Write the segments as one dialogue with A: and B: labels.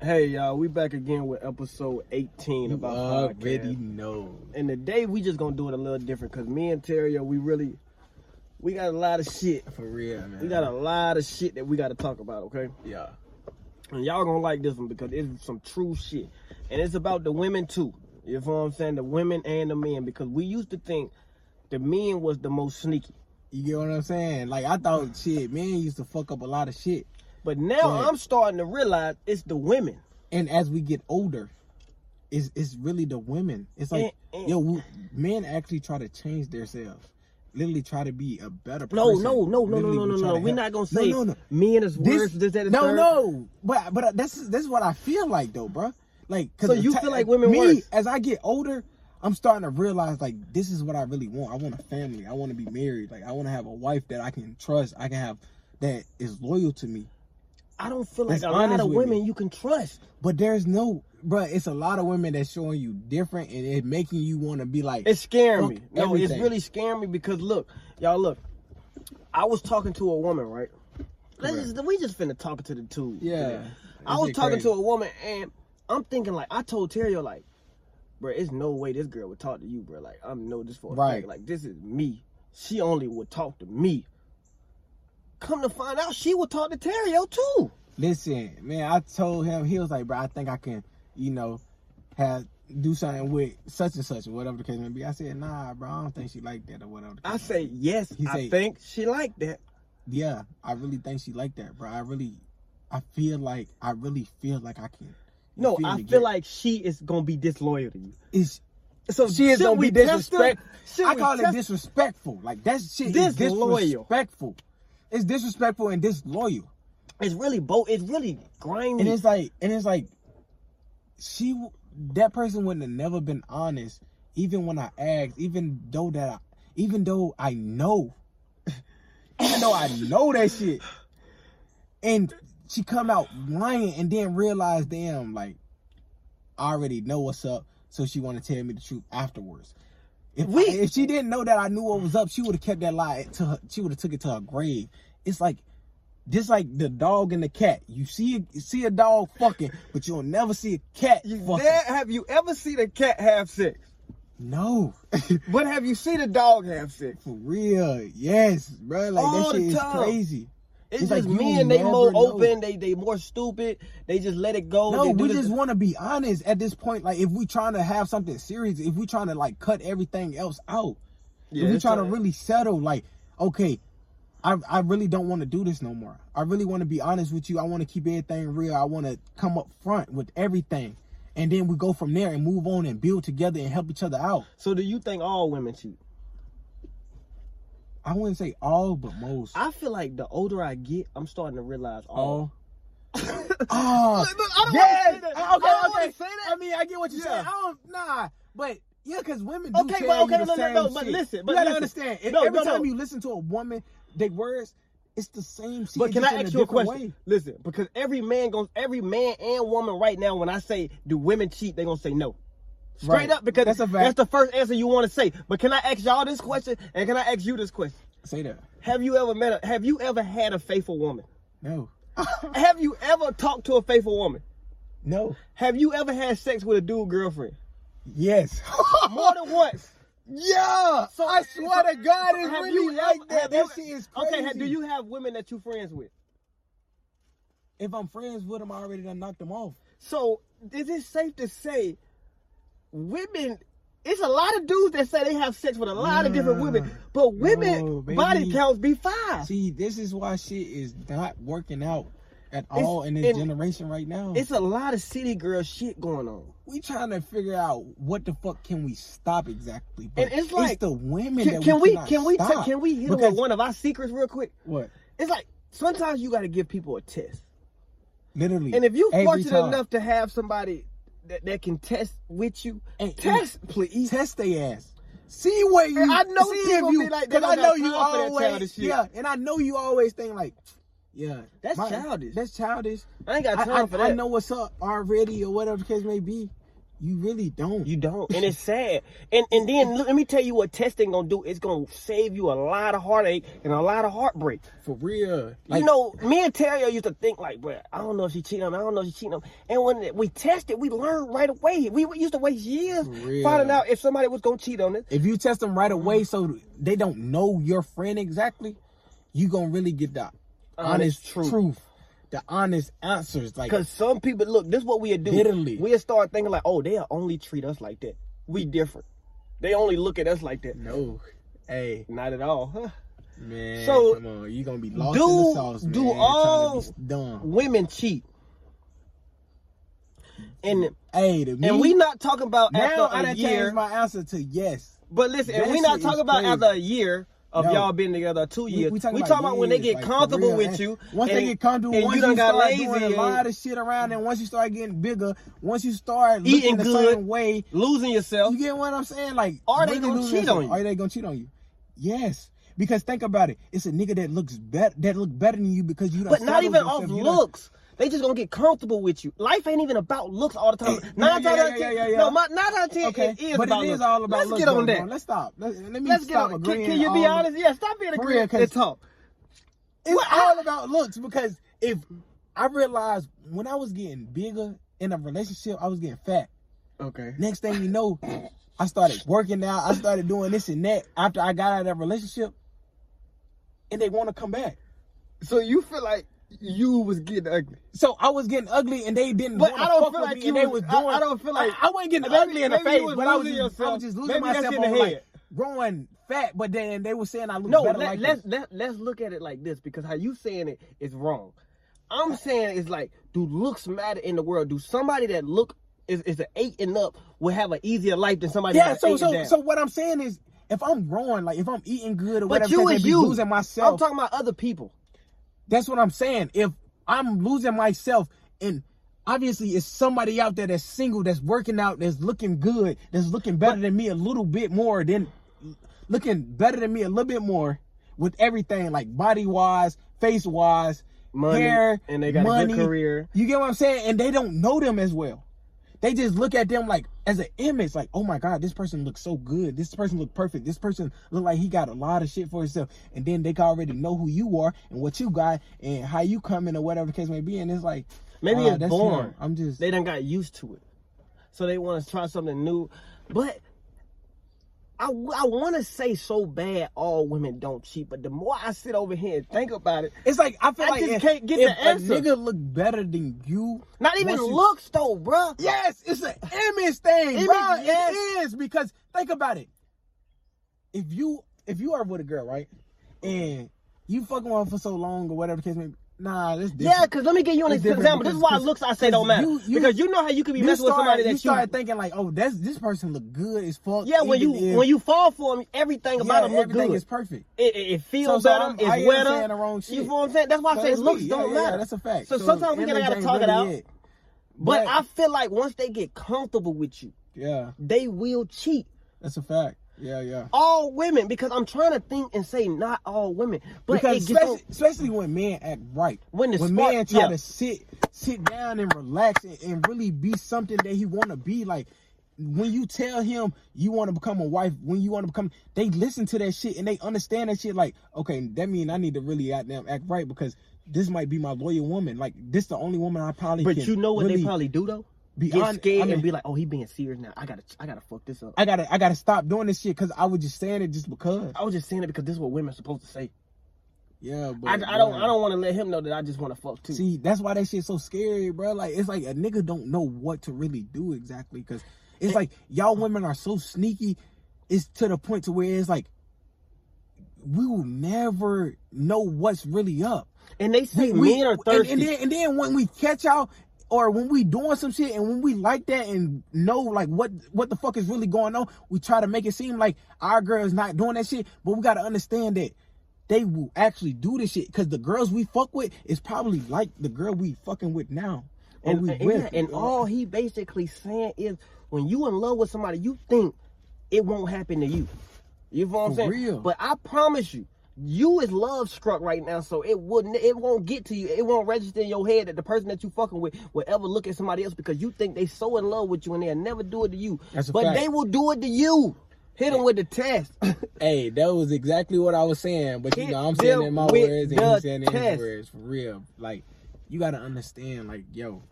A: Hey y'all, we back again with episode 18
B: You
A: of our
B: already
A: podcast.
B: know.
A: And today we just gonna do it a little different because me and Terrio, we really we got a lot of shit.
B: For real, man.
A: We got a lot of shit that we gotta talk about, okay?
B: yeah.
A: And y'all gonna like this one because it's some true shit. And it's about the women too. You know what I'm saying? The women and the men. Because we used to think the men was the most sneaky.
B: You get what I'm saying? Like I thought, shit, men used to fuck up a lot of shit.
A: But now
B: Right.
A: I'm starting to realize it's the women.
B: And as we get older, it's it's really the women. It's like,
A: And- and-
B: yo, we, men actually try to change themselves. Literally try to be a better person.
A: No, no, no, no, no,
B: Literally
A: no, no,
B: try
A: no.
B: to
A: We're
B: help-
A: not gonna say
B: no, no, no.
A: men is worse. This, that, and
B: no,
A: third.
B: no, but but that's that's what I feel like though, bruh. Like, 'cause
A: So
B: the
A: you
B: ti-
A: feel like women
B: me,
A: worse?
B: as I get older, I'm starting to realize like this is what I really want. I want a family. I want to be married. Like, I want to have a wife that I can trust. I can have that is loyal to me.
A: I don't feel like
B: That's
A: a lot
B: honest
A: of
B: with
A: women
B: me.
A: you can trust.
B: But there's no, bruh. It's a lot of women that's showing you different, and it making you want to be like,
A: It's scaring
B: Fuck
A: me. No, it's
B: everything.
A: really scaring me because look, y'all look. I was talking to a woman, right? Let's
B: Correct.
A: just, we just finna talking to the two.
B: yeah.
A: I was talking to a woman and I'm thinking like I told Terrio like, bro, it's no way this girl would talk to you, bro. Like I'm know this for a
B: Right.
A: fact. Like this is me. She only would talk to me. Come to find out, she would talk to Terrio too.
B: Listen, man, I told him he was like, bro, I think I can, you know, have do something with such and such or whatever the case may be. I said, nah, bro, I don't think she like that or whatever. the
A: I
B: case
A: say
B: may be."
A: yes.
B: He
A: I
B: say-
A: think she liked that.
B: yeah, I really think she like that, bro. I really, I feel like I really feel like I can. You
A: No,
B: me?
A: I feel
B: Get-
A: like she is gonna be disloyal to you.
B: it's.
A: So
B: She is
A: should
B: gonna
A: we
B: be
A: test her?
B: disrespect.
A: Should
B: I
A: we
B: call it
A: test-
B: disrespectful. Like that shit is
A: Disloyal.
B: disrespectful. It's disrespectful and disloyal.
A: It's really both. It's really grimy.
B: And it's like, and it's like, she, w- that person wouldn't have never been honest, even when I asked, even though that, I, even though I know, even though I know that shit, and she come out lying and then realize, damn, like, I already know what's up, so she want to tell me the truth afterwards. If, I-
A: We-
B: if she didn't know that I knew what was up, she would have kept that lie to her. She would have took it to her grave. It's like just like the dog and the cat. You see you see a dog fucking, but you'll never see a cat
A: You
B: fucking.
A: there- have you ever seen a cat have sex?
B: No,
A: But have you seen a dog have sex?
B: for real. Yes, bro. Like
A: All the
B: that shit is
A: time.
B: crazy.
A: It's,
B: It's like
A: just
B: you
A: men. They
B: never
A: more
B: know.
A: open. They they more stupid. They just let it go.
B: No,
A: Oh, they do
B: we
A: this-
B: just want to be honest at this point. Like, if we trying to have something serious, if we trying to like cut everything else out,
A: Yeah,
B: if we
A: it's
B: trying to
A: a-
B: really settle, like, okay, I I really don't want to do this no more. I really want to be honest with you. I want to keep everything real. I want to come up front with everything, and then we go from there and move on and build together and help each other out.
A: So do you think all women cheat?
B: I wouldn't say all, but most.
A: I feel like the older I get, I'm starting to realize all. Ah,
B: all. Oh,
A: Look, look, I don't wanna
B: yes.
A: say that.
B: Ah, Okay,
A: I don't wanna
B: okay.
A: say that.
B: I mean, I get what you're
A: Yeah.
B: saying. I don't, nah, but yeah, because women do
A: Okay,
B: tell
A: but- okay, no,
B: you the
A: no,
B: same
A: no, but
B: shit.
A: listen, but
B: you gotta
A: listen.
B: understand. If,
A: No,
B: every
A: no, no.
B: time you listen to a woman, their words, it's the same shit.
A: But
B: it's
A: can
B: just
A: I
B: in
A: ask you a
B: different
A: question?
B: way.
A: Listen, because every man goes, every man and woman right now, when I say do women cheat, they gonna say no. Straight
B: Right.
A: up, because that's,
B: That's a fact.
A: the first answer you want to say. But can I ask y'all this question, and can I ask you this question?
B: Say that.
A: Have you ever met a? Have you ever had a faithful woman?
B: No.
A: Have you ever talked to a faithful woman?
B: No.
A: Have you ever had sex with a dude girlfriend?
B: Yes.
A: More than once.
B: yeah. So I swear to God, it's
A: Have
B: really
A: you
B: like
A: ever-
B: that.
A: have
B: That
A: you-
B: shit is crazy.
A: Okay, ha- do you have women that you friends with?
B: If I'm friends with them, I already done knocked them off.
A: So is it safe to say women? It's a lot of dudes that say they have sex with a lot of different women, but women
B: No, Mm. baby.
A: body counts be five.
B: See, this is why shit is not working out at all in this
A: and-
B: generation right now.
A: It's a lot of city girl shit going on.
B: we trying to figure out what the fuck can we stop exactly.
A: And
B: But
A: it's like-
B: the women
A: Can,
B: that
A: can
B: we,
A: we
B: cannot
A: can we ta-
B: stop.
A: can we hit on
B: Because-
A: one of our secrets real quick?
B: what?
A: It's like sometimes you got to give people a test,
B: Literally,
A: and if you
B: every
A: fortunate
B: time.
A: enough to have somebody that, that can test with you,
B: And-
A: test please.
B: test they ass. See where you.
A: And I know
B: see
A: people
B: if you
A: be like, they
B: because I
A: don't
B: know
A: got
B: you
A: time for that childish
B: always.
A: shit.
B: Yeah, and I know you always think like, yeah,
A: That's childish.
B: That's childish.
A: I ain't got
B: I,
A: time
B: I,
A: for
B: I
A: that.
B: know what's up already or whatever the case may be. You really don't.
A: You don't, and it's sad. And and then look, let me tell you what testing gonna do. It's gonna save you a lot of heartache and a lot of heartbreak.
B: for real.
A: you know, me and Terry used to think like, bruh, I don't know if she cheating on me. I don't know if she cheating on me. And when we tested, we learned right away. We used to waste years
B: Real.
A: finding out if somebody was gonna cheat on us.
B: if you test them right away so they don't know your friend exactly, you gonna really get
A: Uh,
B: the honest,
A: Honest
B: truth.
A: truth.
B: the honest answers. Like
A: Cause some people look, this is what we'll do.
B: Literally.
A: We'll start thinking like, oh, they'll only treat us like that. We different. They only look at us like that.
B: no, hey
A: Not at all. Huh.
B: man,
A: So,
B: come on, you gonna be lost
A: do-
B: in the sauce, man.
A: do
B: trying to be
A: all-
B: s- dumb.
A: Women cheat. And
B: Hey, to me,
A: and we not talking about
B: now I
A: after a
B: done
A: year.
B: changed my answer to yes.
A: But listen,
B: That
A: and we
B: shit
A: not
B: is
A: talking about
B: crazy.
A: after a year of
B: No.
A: y'all been together, two
B: We,
A: years.
B: we talking,
A: about when they
B: years,
A: get
B: like, for
A: comfortable
B: real.
A: with
B: And
A: you.
B: Once
A: and,
B: they get comfortable,
A: and
B: once
A: you done got
B: start
A: lazy,
B: doing a
A: and
B: lot of shit around, and once you start getting bigger, once you start
A: Eating
B: looking a
A: good.
B: certain way,
A: losing yourself.
B: You get what I'm saying? Like,
A: Are they
B: really
A: gonna
B: losing
A: cheat
B: that-
A: on you?
B: Are they gonna cheat on you? Yes, because think about it. It's a nigga that looks better that look better than you because you. done
A: But not
B: settled
A: even
B: yourself.
A: off
B: You done-
A: looks. They just gonna get comfortable with you. Life ain't even about looks all the time.
B: Yeah,
A: Nine
B: yeah,
A: times out
B: yeah,
A: of ten,
B: yeah, yeah, yeah.
A: no, my, nine out of ten
B: Okay,
A: it is
B: but
A: about
B: it is
A: looks.
B: all about
A: Let's
B: looks.
A: get on
B: bro,
A: that.
B: bro. Let's stop. Let, let me
A: Let's get
B: stop
A: on. Can,
B: agreeing
A: can you be
B: all-
A: honest? Yeah, stop being a
B: For
A: creep
B: real, 'cause-
A: and talk.
B: It's
A: Well, I-
B: all about looks because if I realized when I was getting bigger in a relationship, I was getting fat.
A: Okay.
B: Next thing you know, I started working out. I started doing this and that after I got out of that relationship, and they want to come back.
A: So you feel like you was getting ugly.
B: So I was getting ugly, and they didn't.
A: But
B: wanna
A: I don't
B: fuck
A: feel
B: with
A: like
B: me,
A: you
B: and they
A: was-
B: was
A: I-
B: doing.
A: I don't feel like-
B: I, I wasn't getting
A: Maybe-
B: ugly in the
A: maybe
B: face,
A: you was
B: but I was
A: losing
B: just, I
A: yourself.
B: was just losing
A: Maybe that's
B: myself
A: in the
B: over, like,
A: head.
B: growing fat. But then they were saying I look
A: No,
B: better
A: let,
B: like
A: let's
B: this.
A: let, let's look at it like this because how you saying it is wrong. I'm saying it's like, do looks matter in the world? Do somebody that look is, is an eight and up will have an easier life than somebody
B: Yeah.
A: that's
B: So
A: eight and
B: so
A: down?
B: so what I'm saying is, if I'm growing, like if I'm eating good or
A: but
B: whatever,
A: you
B: since
A: is
B: they be
A: you.
B: losing myself.
A: I'm talking about other people.
B: that's what I'm saying. If I'm losing myself, and obviously it's somebody out there that's single, that's working out, that's looking good, that's looking better than me a little bit more than looking better than me a little bit more with everything like body wise, face wise,
A: Money,
B: hair,
A: and they got a good
B: money.
A: career.
B: You get what I'm saying? And they don't know them as well. They just look at them like as an image, like, oh my God, this person looks so good. This person look perfect. This person look like he got a lot of shit for himself. And then they can already know who you are and what you got and how you coming or whatever the case may be. And it's like
A: Maybe
B: ah,
A: it's
B: that's
A: born.
B: him. I'm just
A: They done got used to it, so they want to try something new. But I I want to say so bad all women don't cheat, but the more I sit over here and think about it,
B: it's like I feel
A: I
B: like
A: just
B: if,
A: can't get
B: if
A: the answer.
B: a nigga look better than you,
A: not even
B: once you-
A: looks though, bruh.
B: Yes, it's an image thing,
A: Image,
B: bro. It
A: yes.
B: is because think about it. If you if you are with a girl, right, and you fucking with her for so long or whatever the case may be, nah, that's different.
A: Yeah, because let me give you an
B: It's different
A: example. This is why
B: because-
A: looks I say
B: because
A: don't matter.
B: you- you-
A: because you know how you could be
B: you
A: messing with
B: start
A: somebody
B: you
A: that you.
B: start thinking like, oh, that's this person look good as fuck.
A: yeah, when you
B: even if-
A: when you fall for them, everything
B: yeah,
A: about them look
B: everything
A: good.
B: is perfect.
A: it, it, it feels
B: So- so
A: better.
B: I'm-
A: it's
B: I am
A: wetter.
B: saying the wrong
A: You
B: shit.
A: know what I'm saying? That's why I
B: So
A: say
B: that's
A: looks
B: me. Yeah,
A: don't
B: yeah,
A: matter.
B: that's a fact.
A: So, sometimes we
B: image
A: gotta, gotta
B: ain't
A: talk it
B: really
A: out. But
B: But-
A: I feel like once they get comfortable with you,
B: Yeah,
A: they will cheat.
B: that's a fact. Yeah, yeah.
A: All women, because I'm trying to think and say not all women, but
B: because
A: it gets
B: especially, especially when men act right,
A: When the spark-
B: men try
A: yeah.
B: to sit sit down and relax and, and really be something that he want to be, like when you tell him you want to become a wife, when you want to become, they listen to that shit and they understand that shit. Like, okay, that mean I need to really act them act right because this might be my loyal woman. Like, this the only woman I probably.
A: on. But
B: can
A: you know what
B: really-
A: they probably do though?
B: be
A: Get
B: hon-
A: scared
B: I mean-
A: and be like, "Oh, he being serious now. I gotta, I gotta fuck this up."
B: I gotta, I gotta stop doing this shit because I was just saying it just because.
A: I was just saying it because this is what women are supposed to say.
B: Yeah, but
A: I, I don't
B: yeah.
A: I don't want to let him know that I just want to fuck too.
B: See, that's why that shit's so scary, bro. Like, it's like a nigga don't know what to really do exactly because it's like y'all women are so sneaky. It's to the point to where it's like we will never know what's really up.
A: and they say
B: We-
A: men are
B: and-
A: thirsty.
B: and, then and then when we catch y'all or when we doing some shit and when we like that and know like what what the fuck is really going on, we try to make it seem like our girl is not doing that shit, but we gotta understand that they will actually do this shit because the girls we fuck with is probably like the girl we fucking with now. or
A: and,
B: we
A: and-
B: with,
A: yeah, and
B: you know?
A: all he basically saying is when you in love with somebody, you think it won't happen to you. You know what I'm
B: For
A: saying?
B: real.
A: But I promise you, you is love struck right now, so it wouldn't, it won't get to you. It won't register in your head that the person that you fucking with will ever look at somebody else because you think they so in love with you and they'll never do it to you.
B: That's a
A: but
B: fact.
A: they will do it to you. Hit them with the test.
B: Hey, that was exactly what I was saying, but you
A: Hit
B: know I'm saying it
A: them
B: in my
A: with
B: words and
A: the
B: he's saying it in his
A: test.
B: words for real. Like you gotta understand, like yo,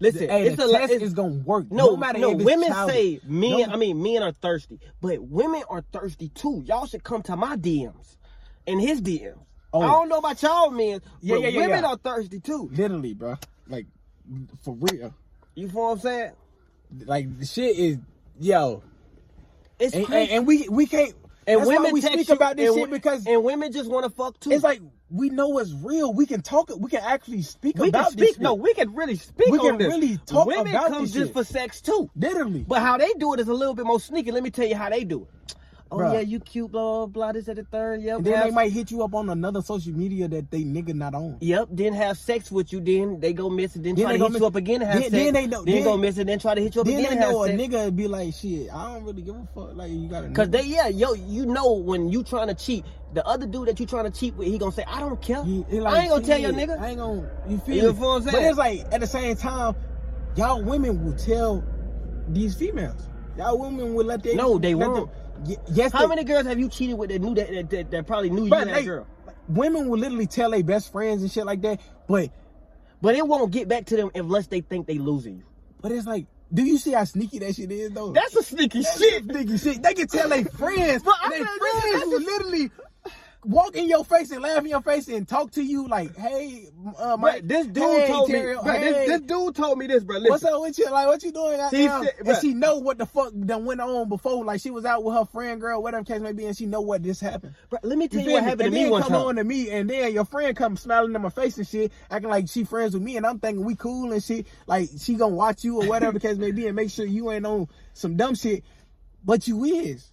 A: Listen,
B: hey,
A: it's
B: the
A: a lot.
B: test
A: it's-
B: is gonna work.
A: No,
B: matter
A: no.
B: if it's
A: Women
B: childish.
A: say men.
B: No-
A: I mean, men are thirsty, but women are thirsty too. Y'all should come to my DMs, and his DMs.
B: Oh.
A: I don't know about y'all men,
B: Yeah,
A: but
B: yeah, yeah,
A: women
B: yeah.
A: are thirsty too.
B: literally, bro. Like for real,
A: You feel what I'm saying?
B: like the shit is yo,
A: It's
B: and, and,
A: crazy.
B: and we we can't.
A: And
B: that's why we
A: text
B: speak
A: you-
B: about this
A: and
B: shit
A: wo-
B: because
A: and women just want to fuck too.
B: it's like we know it's real. We can talk. We can actually speak
A: we
B: about
A: can
B: this.
A: speak. No,
B: shit.
A: we can really speak.
B: We
A: on
B: can
A: this.
B: really talk
A: Women
B: about
A: come
B: this
A: just
B: shit.
A: for sex too.
B: literally.
A: But how they do it is a little bit more sneaky. Let me tell you how they do it. Oh
B: Bruh.
A: yeah, you cute, blah blah blah. This at the third. Yep.
B: And then they
A: have-
B: might hit you up on another social media that they nigga not on.
A: Yep, then have sex with you, then they go miss it, then,
B: Then
A: try
B: they
A: to
B: go
A: hit
B: miss-
A: you up again and have
B: then-
A: sex.
B: then they know- then-
A: go miss it, then try to hit you up
B: Then
A: again
B: they
A: and have
B: know a
A: sex.
B: nigga be like, shit, I don't really give a fuck. Like you got a
A: Cause
B: nigga.
A: they yeah, yo, you know when you trying to cheat, the other dude that you trying to cheat with, he gonna say, I don't care.
B: He- he
A: I ain't gonna tell your
B: shit,
A: nigga.
B: I ain't gonna. You feel,
A: You
B: me?
A: feel what I'm
B: But
A: saying?
B: it's like at the same time, y'all women will tell these females. Y'all women will let their
A: No, they
B: let
A: won't.
B: Them, Y- yes,
A: How
B: they-
A: many girls have you cheated with that knew that that, that, that probably knew you
B: bruh,
A: and that
B: they-
A: girl?
B: Women will literally tell their best friends and shit like that. But
A: But it won't get back to them unless they think they losing you.
B: but it's like, do you see how sneaky that shit is though?
A: That's a sneaky
B: shit,
A: shit.
B: nigga, shit. They can tell their friends.
A: But I
B: their
A: said,
B: friends
A: dude,
B: will literally walk in your face and laugh in your face and talk to you like, hey, uh, my,
A: Bruh, this dude
B: hey,
A: told me.
B: Terrell,
A: bruh,
B: hey,
A: this, this dude told me this, bro. Listen,
B: What's up with you? Like, what you doing out
A: She
B: now?
A: said-
B: and
A: bruh.
B: she know what the fuck that went on before. Like, she was out with her friend, girl, whatever the case may be, and she know what this happened.
A: bruh, let me tell you,
B: feel
A: what happened
B: and
A: to me
B: then
A: one
B: come
A: time.
B: on to me, and then your friend come smiling in my face and shit, acting like she friends with me, and I'm thinking we cool and shit. Like she gonna watch you or whatever the case may be, and make sure you ain't on some dumb shit. But you is.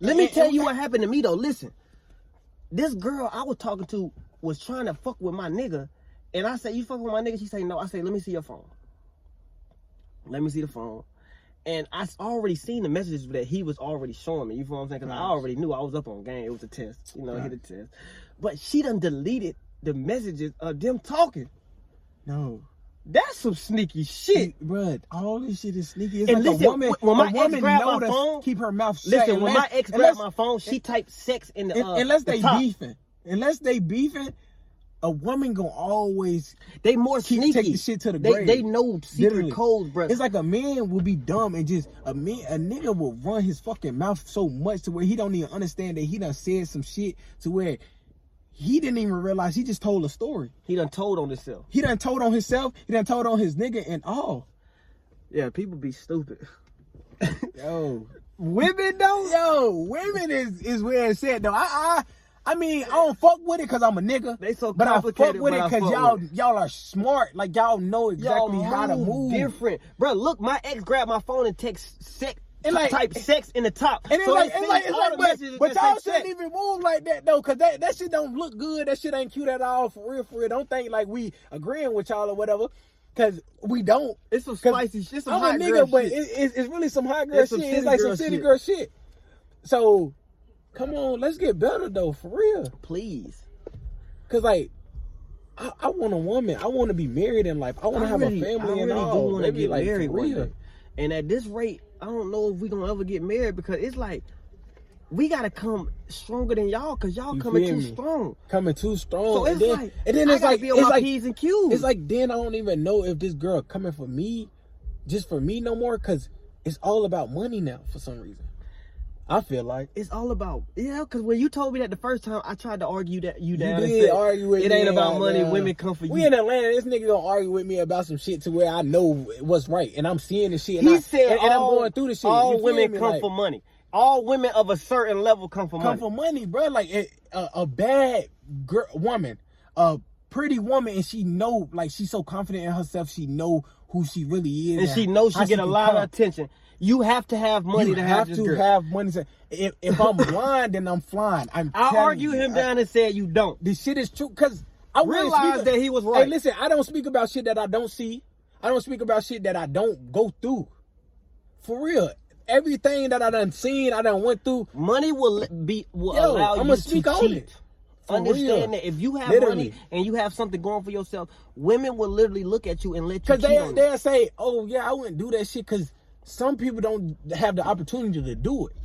A: Let me
B: And-
A: tell
B: and-
A: you what happened to me though. Listen, this girl I was talking to was trying to fuck with my nigga, and I said, "You fuck with my nigga?" She say, "No." I say, "Let me see your phone. Let me see the phone." And I s- already seen the messages that he was already showing me. You feel what I'm saying? Because I
B: Right.
A: already knew I was up on game. It was a test, you know,
B: Right.
A: hit a test. But she done deleted the messages of them talking.
B: No,
A: That's some sneaky shit.
B: bro, all this shit is sneaky. It's
A: And
B: like
A: listen,
B: a woman.
A: when my
B: a
A: ex
B: woman
A: grabbed my
B: know to
A: phone-
B: keep her mouth shut.
A: Listen, when my
B: unless-
A: ex
B: unless-
A: grabbed my phone, she typed sex in the
B: un-
A: uh,
B: unless
A: the
B: they
A: top.
B: beefing, unless they beefing, a woman gonna always
A: They more
B: Keep-
A: sneaky.
B: take the shit to the
A: they,
B: grave.
A: They know secret
B: Literally.
A: codes, bro.
B: It's like a man will be dumb and just a man, a nigga will run his fucking mouth so much to where he don't even understand that he done said some shit to where he didn't even realize he just told a story.
A: he done told on himself.
B: He done told on himself. He done told on his nigga and all.
A: Yeah, people be stupid.
B: Yo,
A: Women don't.
B: yo, women is is where it's at though. I I I mean I don't fuck with it cause I'm a nigga.
A: They so
B: but I fuck
A: complicated,
B: with it
A: but I
B: because
A: fuck
B: y'all
A: with
B: y'all are smart. Like y'all know
A: Y'all
B: exactly how to
A: move
B: move.
A: different, bro. Look, my ex grabbed my phone and text sex.
B: And like-
A: type sex in the top.
B: And it's
A: So
B: like,
A: they
B: it's
A: seen
B: like, it's
A: all the
B: like,
A: messages
B: but, but
A: that
B: y'all
A: say
B: shouldn't
A: sex.
B: even move like that though, cause that, that shit don't look good. That shit ain't cute at all, for real, for real. Don't think like we agreeing with y'all or whatever, cause we don't.
A: It's some
B: 'Cause
A: spicy shit. It's some
B: I'm
A: hot
B: a
A: girl
B: nigga, but
A: shit.
B: it, it's, it's really some hot girl
A: It's some
B: shit. It's
A: city
B: like some
A: girl
B: city
A: shit.
B: girl shit. So, come on, let's get better though, for real.
A: Please.
B: Cause like, I, I want a woman. I want to be married in life. I want to have a family
A: I
B: and
A: really
B: all.
A: do want to
B: Maybe,
A: get
B: like, for
A: married one
B: real.
A: day. And at this rate, I don't know if we gonna ever get married because it's like we gotta come stronger than y'all because y'all
B: You
A: coming
B: feel
A: too
B: me?
A: strong.
B: Coming too strong.
A: So it's
B: and then,
A: like,
B: and then
A: I
B: it's
A: gotta
B: like,
A: be on
B: it's
A: my
B: like,
A: p's and q's.
B: It's like then I don't even know if this girl coming for me, just for me no more, cause it's all about money now for some reason. I feel like
A: it's all about yeah. Because when you told me that the first time, I tried to argue that you down. and
B: did
A: said,
B: argue with
A: It
B: me
A: ain't about
B: about
A: money.
B: that.
A: Women come for
B: we
A: you.
B: in Atlanta. This nigga gonna argue with me about some shit to where I know what's right, and I'm seeing this shit. And
A: he
B: I,
A: said,
B: and, and
A: all,
B: I'm going through this shit.
A: All
B: You feel
A: women
B: me?
A: come
B: Like,
A: for money. All women of a certain level come for
B: come
A: money.
B: for money, bro. Like it, a, a bad girl, woman, a pretty woman, and she know like she's so confident in herself. She know who she really is,
A: and she knows she
B: how
A: get a
B: can
A: lot
B: come.
A: of attention. You have to have money
B: you
A: to
B: have,
A: have this
B: to
A: girl.
B: have money. To, if, if I'm blind, then I'm flying. I'm.
A: I
B: telling
A: argue
B: you,
A: him
B: I-
A: down and said you don't.
B: This shit is true because I wouldn't
A: Realized
B: speak-
A: that he was right.
B: Hey, listen, I don't speak about shit that I don't see. I don't speak about shit that I don't go through. For real, everything that I done seen, I done went through.
A: Money will le- be will
B: Yo,
A: allow
B: I'ma
A: you to
B: speak
A: cheat.
B: on it. For
A: Understand
B: real.
A: that if you have
B: Literally.
A: money and you have something going for yourself, women will literally look at you and let you
B: Cause
A: cheat
B: they
A: on you.
B: they say, oh yeah, I wouldn't do that shit. Cause some people don't have the opportunity to do it.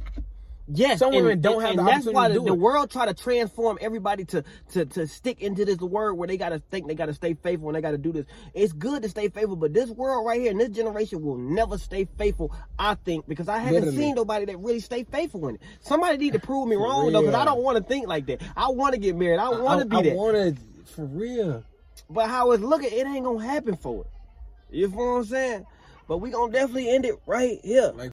A: Yes,
B: Some women don't have
A: and
B: the
A: that's
B: opportunity
A: why
B: to
A: the,
B: do
A: the
B: it.
A: world try to transform everybody to, to to stick into this word where they gotta think they gotta stay faithful and they gotta do this. It's good to stay faithful, but this world right here and this generation will never stay faithful. I think because I haven't
B: Literally.
A: seen nobody that really stay faithful in it. Somebody need to prove me wrong though, because I
B: real.
A: don't want to think like that. I want to get married. I want to be
B: I,
A: that.
B: I wanna for real.
A: But how it's looking, it ain't gonna happen for it. You feel what I'm saying? But we gonna definitely end it right here.